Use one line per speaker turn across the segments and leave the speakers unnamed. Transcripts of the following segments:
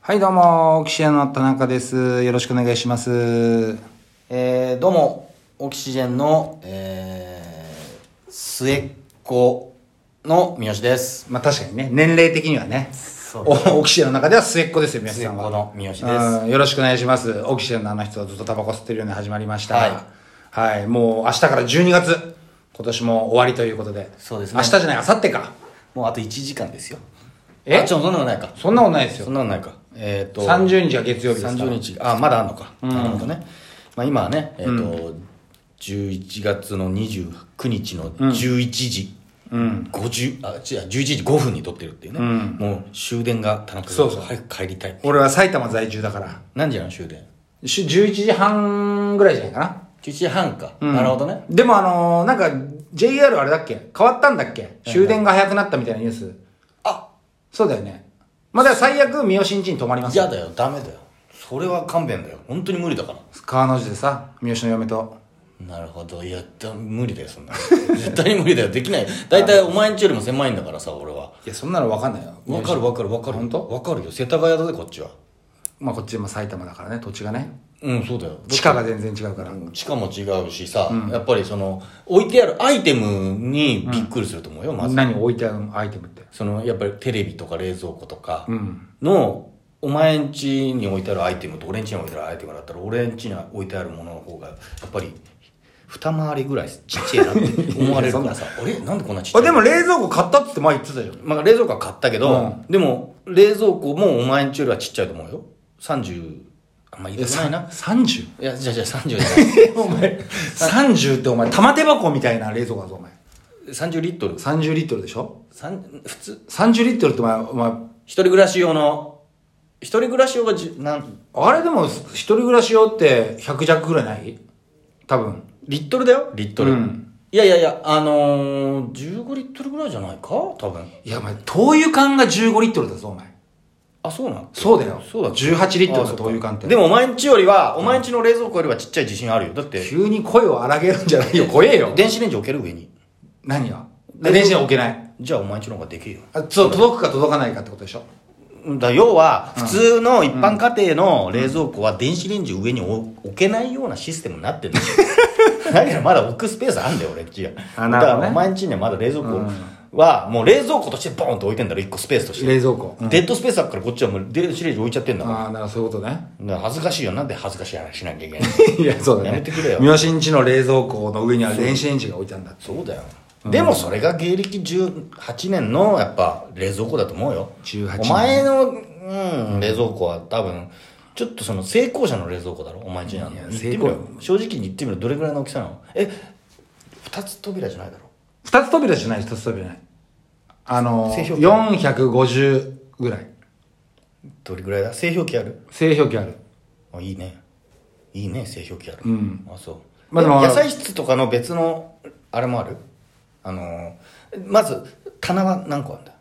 はい、どうも、岸屋の田中です。よろしくお願いします。
えーどうも、オキシジェンの、えー、末っ子の三好です。
まあ確かにね、年齢的にはね、
そうで
おオキシエンの中では末っ子ですよ、皆さんは。
末っ子の三好です
うんよろしくお願いします。オキシエンのあの人はずっとタバコ吸ってるように始まりました。
はい
はい。もう明日から12月、今年も終わりということで。
そうですね
明日じゃない、明後日か。
もうあと1時間ですよ。
え
あ、ちょ、そんなのないか。
そんなことないです
そ
よ
ん。なのないか。えっ、と、
30日が月曜日ですから。
30日あ、まだあんのか。なるほどね。まあ今はね、えっ、と、11月の29日の11時。うん、50あ違う11時5分に撮ってるっていうね、もう終電が田中さん
そうそう
早く帰りたい
俺は埼玉在住だから。
何時なの終電
し11時半ぐらいじゃないかな。
11時半か、なるほどね
でもあのーなんか JR あれだっけ変わったんだっけ終電が早くなったみたいなニュース。
あ
そうだよね。まあ、だから最悪、三好んちに泊まります
嫌
よ。
だよダメだよそれは勘弁だよ本当に無理だから
川の字でさ、三好の嫁と。
なるほどいやだ無理だよそんなの 絶対に無理だよできない大体お前んちよりも狭いんだからさ俺はい
や、そんなのわかんないよ。
わかるわかるわかる本当わかるよ世田谷だぜこっちは
まあ、こっちも埼玉だからね、土地がね。
うんそうだよ
地価が全然違うから。
地下も違うしさ、やっぱりその置いてあるアイテムにびっくりすると思うよ、まず
何を置いてあるアイテムって。
そのやっぱりテレビとか冷蔵庫とかの、お前んちに置いてあるアイテムと俺んちに置いてあるアイテムだったら俺んちに置いてあるものの方がやっぱり二回りぐらいちっちゃい なって思われるからさあれなんでこんなちっちゃ
あ、
い
でも冷蔵庫買ったっつって前言ってたじゃん。
まあ、冷蔵庫は買ったけど、でも冷蔵庫もお前んちよりはちっちゃいと思うよ30あんま言いたくない な
30?
いやじゃあじゃあ30じゃない
え、 お前。30ってお前、玉手箱みたいな冷蔵庫だぞ、お前。
30リットル
30リットルでしょ
さん普通
?30 リットルってお前、お前、
一人暮らし用の一人暮らし用がじゅなん
あれでも、一人暮らし用って100弱ぐらいない多分。
リットルだよリットル、
うん
いやいやいやあのー、15リットルぐらいじゃないか多分
いや、お前、灯油缶が15リットルだぞ、お前。
あそうなん
そうだよ。
そうだ
18リットル
あ
の
そうか
灯油缶って。
でもお前んちよりはお前んちの冷蔵庫よりはちっちゃい自信あるよだって
急に声を荒げるんじゃないよ。怖えよ。
電子レンジ置ける上に
何が電子に置けない。
じゃあお前んちの方がでけえよ
あそう、届くか届かないかってことでしょ。
だ要は普通の一般家庭の冷蔵庫は電子レンジ上に置置けないようなシステムになってんだよ だけどまだ置くスペースあんだよ俺んちが
あ
だ
なるほ
か
どね
らお前んちにはまだ冷蔵庫はもう冷蔵庫としてボーンと置いてんだろ一個スペースとして
冷蔵庫。うん
デッドスペースあるからこっちはもう電子レンジ置いちゃってんだから
ああ、ならそういうことね。
だから恥ずかしいよなんで恥ずかしい話しなきゃいけない
いや、そうだね。
やめてくれよ
三好んちの冷蔵庫の上には電子レンジが置いてあるんだ。
そうだよでもそれが芸歴18年のやっぱ冷蔵庫だと思うよ
18年
お前の、うん、冷蔵庫は多分ちょっとその成功者の冷蔵庫だろお前んちにある
いや
の言ってみろ
成
よ正直に言ってみろどれぐらいの大きさなのえ二2つ扉じゃないだろ
二つ扉じゃない、二つ扉じゃない。あの
正
ー、
表記
450ぐらい。
どれぐらいだ正表記ある
正表記ある。
あいいねいいね正表記ある、あそう、
まあでも
え野菜室とかの別のあれもあるあのーまず棚は何個あるんだ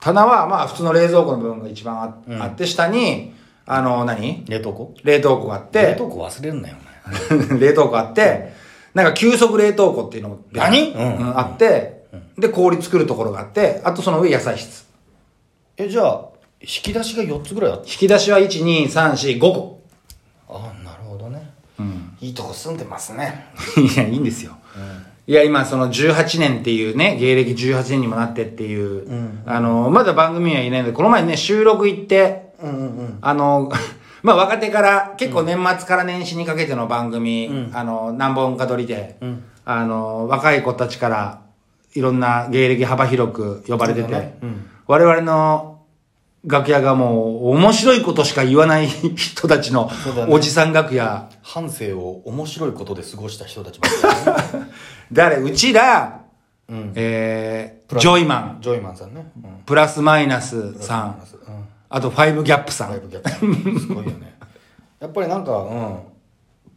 棚は、まあ、普通の冷蔵庫の部分が一番あ,、あって、下に、あのー、何
冷凍庫
冷凍庫があって、
冷凍庫忘れんなよお 前
冷凍庫あって、なんか急速冷凍庫っていうのも
何
う
うん
ん、あって、で、氷作るところがあって、あとその上野菜室。
えじゃあ引き出しが4つぐらいあった
引き出しは1、2、3、4、5個。
ああなるほどね、いいとこ住んでますね
いや、いいんですよ。いや、今、その18年っていうね、芸歴18年にもなってっていう、あの、まだ番組にはいないので、この前ね、収録行って、あの、 まあ、若手から、結構年末から年始にかけての番組、あの、何本か撮りで、あの、若い子たちから、いろんな芸歴幅広く呼ばれてて、我々の楽屋がもう、面白いことしか言わない人たちの
そうだ、ね
おじさん楽屋、
半生を面白いことで過ごした人たちばっかりね
誰うちら、えー、ジョイマン、
ジョイマンさんね、うん
プラスマイナスさん、あとファイブギャップさ
ライ
ん。
ブギャップすごいよねやっぱりなんかうん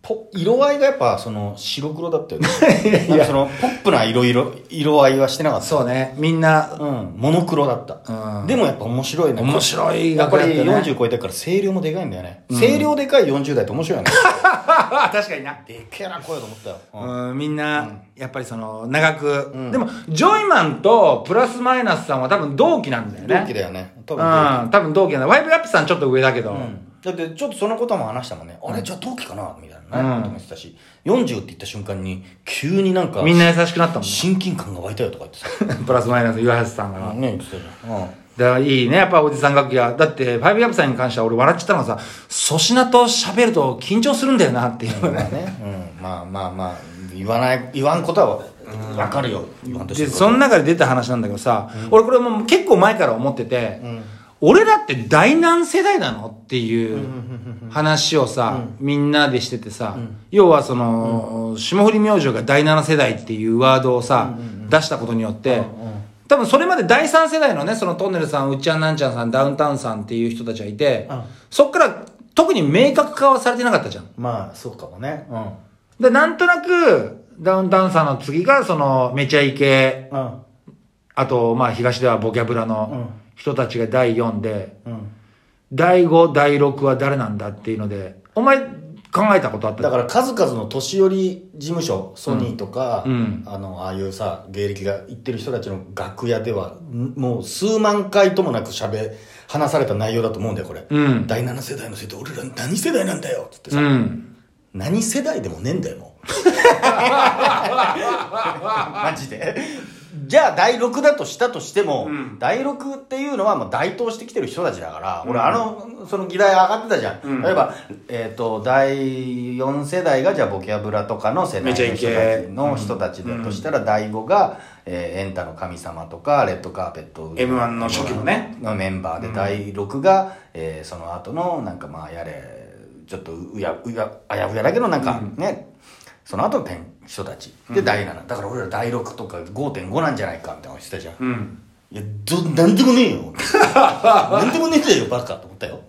ポ色合いがやっぱその白黒だったよね なんかそのポップな色色色合いはしてなかった
そうね。みんな、
うんモノクロだった、
うん
でもやっぱ面白いね
面白い
やっ
楽屋
ぱ
だ
り
ったね
40超えてから声量もでかいんだよね、声量でかい40代って面白いよね
確かにな。
でっけえな声と思ったよ、うん
うん、みんな、やっぱりその、長く、でも、ジョイマンとプラスマイナスさんは多分同期なんだよね。
同期だよね多
う
分同期
ん、多分同期なんだ。ワイブアップさんちょっと上だけど。
だってちょっとそのことも話したもんね、あれじゃあ同期かなみたいなね、ことも言ってたし40って言った瞬間に急になんか
みんな優しくなったも
親近感が湧いたよとか言ってさ、ね
ん。 プラスマイナス岩橋さん が。
言ってたじゃん、うん
だからいいね、やっぱおじさん楽器は。だって、ファイブアップさんに関しては俺笑っちゃったのがさ、粗品と喋ると緊張するんだよなっていうね。
まあね、うん、まあまあまあ言わない言わんことは分かるよ、言わんとして
で
ること
その中で出た話なんだけどさ、俺これもう結構前から思ってて、俺だって第何世代なのっていう話をさ、みんなでしててさ、要はその、霜降り明星が第7世代っていうワードをさ、出したことによって、多分それまで第3世代のね、そのトンネルさん、うっちゃんなんちゃんさん、ダウンタウンさんっていう人たちがいて、
うん
そっから特に明確化はされてなかったじゃん。
まあそうかもねうん
で、なんとなく、ダウンタウンさんの次が、その、めちゃイケ、
うん
あと、まあ、東ではボキャブラの人たちが第4で、
うん
第5、第6は誰なんだっていうので、お前考えたことあった
だから数々の年寄り事務所ソニーとか、
うん
あのああいうさ芸歴が行ってる人たちの楽屋ではんもう数万回ともなくしゃべ話された内容だと思うんだよこれ、
うん
第7世代のせいで俺ら何世代なんだよっつってさ、
うん。
何世代でもねえんだよも うマジでじゃあ第6だとしたとしても、
ん
第6っていうのはもう台頭してきてる人たちだから、俺あのその議題上がってたじゃん、
うん
例えば、えっと第4世代がじゃあボキャブラとかの世代の
めちゃ
人
イ
た
ケ
ちの人たちだとしたら、第5が、えーエンタの神様とかレッドカーペット
M1 の初期のね
のメンバーで、第6が、えーその後のなんかまあやれちょっとうやうやあやふやだけどなんかね、その後の天人たちで、第7だから俺ら第6とか5.5なんじゃないかみたいなのしてたじゃん、
うん。
いやどなんでもねえよ なんでもねえんだよバカと思ったよ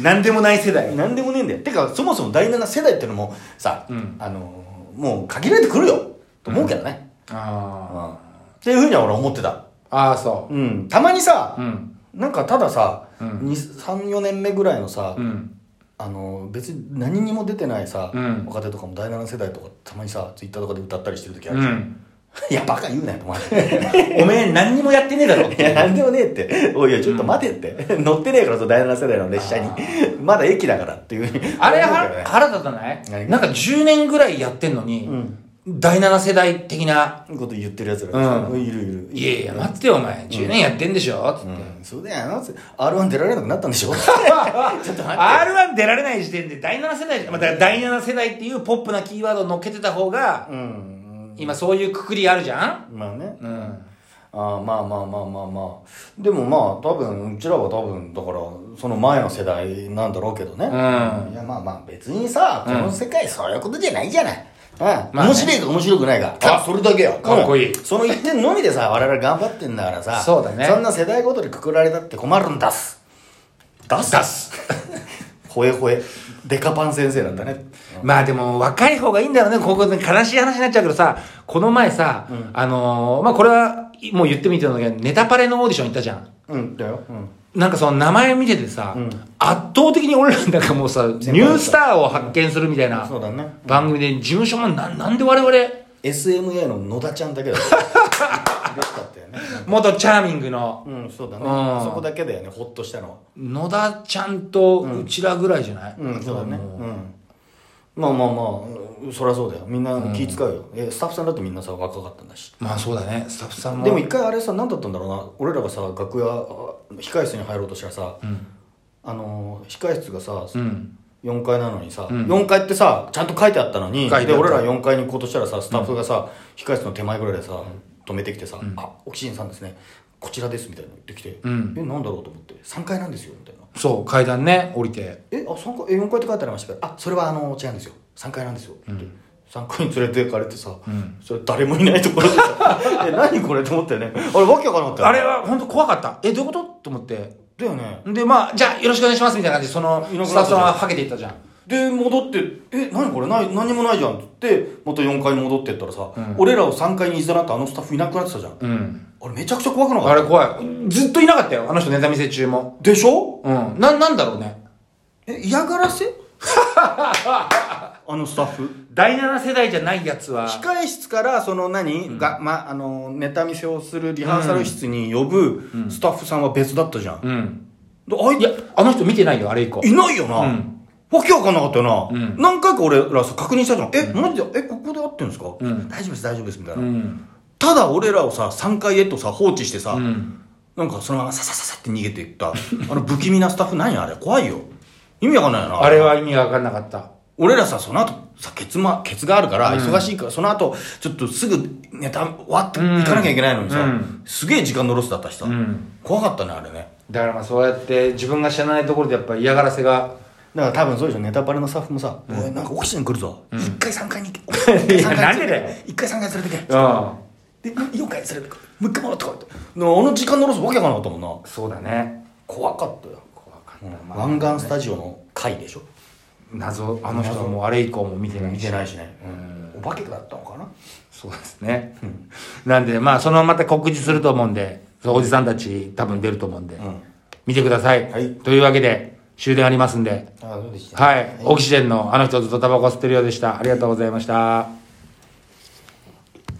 なんでもない世代。
なんでもねえんだよてかそもそも第7世代ってのもさ、あのーもう限られてくるよと思うけどね、
あ
うんっていうふうには俺は思ってた
あ。ああ、そ
うんたまにさ、
う。うん。
なんかたださ、
うん
二三34年目ぐらいのさ、
うん。
あの別に何にも出てないさ、
うん
若手とかも第7世代とかたまにさツイッターとかで歌ったりしてる時あ
う
るじゃん、
ん。
いやバカ言うなよお前
おめえ何にもやってねえだろ
いや何でもねえっておいやちょっと待てって、乗ってねえからさ第7世代の列車にまだ駅だからっていうふうに
あれ
思うけど
は
ね
腹立たない
何
なんか10年ぐらいやってんのに、第7世代的な、
こと言ってるやつら、
うん
いるいる
いやいや、待ってよお前、10年やってんでしょつって。
うんそうだよな R1 出られなくなったんでしょ ちょっと待って
R1 出られない時点で第7世代じゃん、まあ、だから第7世代っていうポップなキーワードを乗っけてた方が、
うん
今そういうくくりあるじゃん
まあね
うん。
ああまあまあまあまあまあでもまあ多分うちらは多分だからその前の世代なんだろうけどね、
ん
いやまあまあ別にさこの世界そういうことじゃないじゃない、うん
まあね
面白いか面白くないかただそれだけよ
かっこいい
うんその一点のみでさ我々頑張ってんだからさ
そうだね
そんな世代ごとでくくられたって困るんだすだすだす ほえほえデカパン先生だったね、
まあでも若い方がいいんだろうね。ここで悲しい話になっちゃうけどさ、この前さ、あのーまあこれはもう言ってみてるんだけど、ネタパレのオーディション行ったじゃん。
うん、だよ、うん
なんかその名前見ててさ、
ん
圧倒的に俺らなんかもうさ、ニュースターを発見するみたいな
そうだね
番組で、事務所もななんで我々、
SMA の野田ちゃんだ けだった嬉しかったよね
元チャーミングの
うんそうだね
うん
そこだけだよねほっとしたのは
野田ちゃんとうちらぐらいじゃない、
うんそうだね
も
うんまあまあまあうんそりゃそうだよみんな気使うよ、えスタッフさんだってみんなさ若かったんだし
まあそうだねスタッフさんも
でも一回あれさ何だったんだろうな俺らがさ楽屋あ控室に入ろうとしたらさ、あのー控室がさ、
ん
4階なのにさ、4階ってさちゃんと書いてあったの
書い
に
てあった
で俺ら4階に行こうとしたらさスタッフがさ、控室の手前ぐらいでさ、止めてきてさ「あオキシエンさんですねこちらです」みたいなの言ってきて「
ん
えなんだろう?」と思って「3階なんですよ」みたいな
そう階段ね降りて
えあ三階え4階って書いてありましたけどあそれはあの違うんですよ3階なんですよ、って3階に連れて行かれてさ、それ誰もいないところで さえ何これと思ったよねあれわけわかんなかったよ
あれは本当怖かったえどういうことと思って
だよね
でまあじゃあよろしくお願いしますみたいな感じでその
いなくなった
スタッフさんははけていったじゃん
で戻って「え何これない何もないじゃん」って言ってまた4階に戻ってったらさ、俺らを3階にいざなったあのスタッフいなくなってたじゃん、
うん。
あれめちゃくちゃ怖くなかった
あれ怖い。ずっといなかったよ。あの人ネタ見せ中も。
でしょ
うん。な、なんだろうね。
え嫌がらせ あのスタッフ
第7世代じゃないやつは。
控え室からその何、がまあのネタ見せをするリハーサル室に呼ぶスタッフさんは別だったじゃん、
うん。
であい
いや、あの人見てないよ、あれ以降。
いないよな、
うん
わけわかんなかったよな、
うん
何回か俺らさ確認したじゃん、えマジでえここで合ってるんですか、
うん
大丈夫です大丈夫ですみたいな、
うん。
ただ俺らをさ3階へとさ放置してさ、
うん。
なんかそのままささささって逃げていったあの不気味なスタッフ何やあれ怖いよ意味わかんないよな
あれは意味が分かんなかった。
俺らさその後さケツ,、ま、ケツがあるから忙しいから、その後ちょっとすぐネタわって行かなきゃいけないのにさ、
うん
すげえ時間のロスだったしさ、
ん
怖かったねあれね
だからまあそうやって自分が知らないところでやっぱ嫌がらせが。
だから多分そうでしょネタバレのスタッフもさ「おいなんかオキシジェン来るぞ、一回3階に行け
いやなんでだよ
一回3階連れてけ」
うん。
で4回連れてくもう一回戻ってこいってなあの時間のロスわけわかんなかったもんな
そうだね。
怖かったよ
怖かった。
湾岸スタジオの回でしょ
謎、あの人はもうあれ以降も見てない
見
して
ないしね、お化けだったのかな
そうですね。なんで、まあ、そのまた告示すると思うんで、そうおじさんたち多分出ると思うんで、
ん
見てください。
はい
というわけで、終電ありますんで、
ああどうでした
はい、オキシジェンのあの人ずっとタバコ吸ってるようでした。ありがとうございました。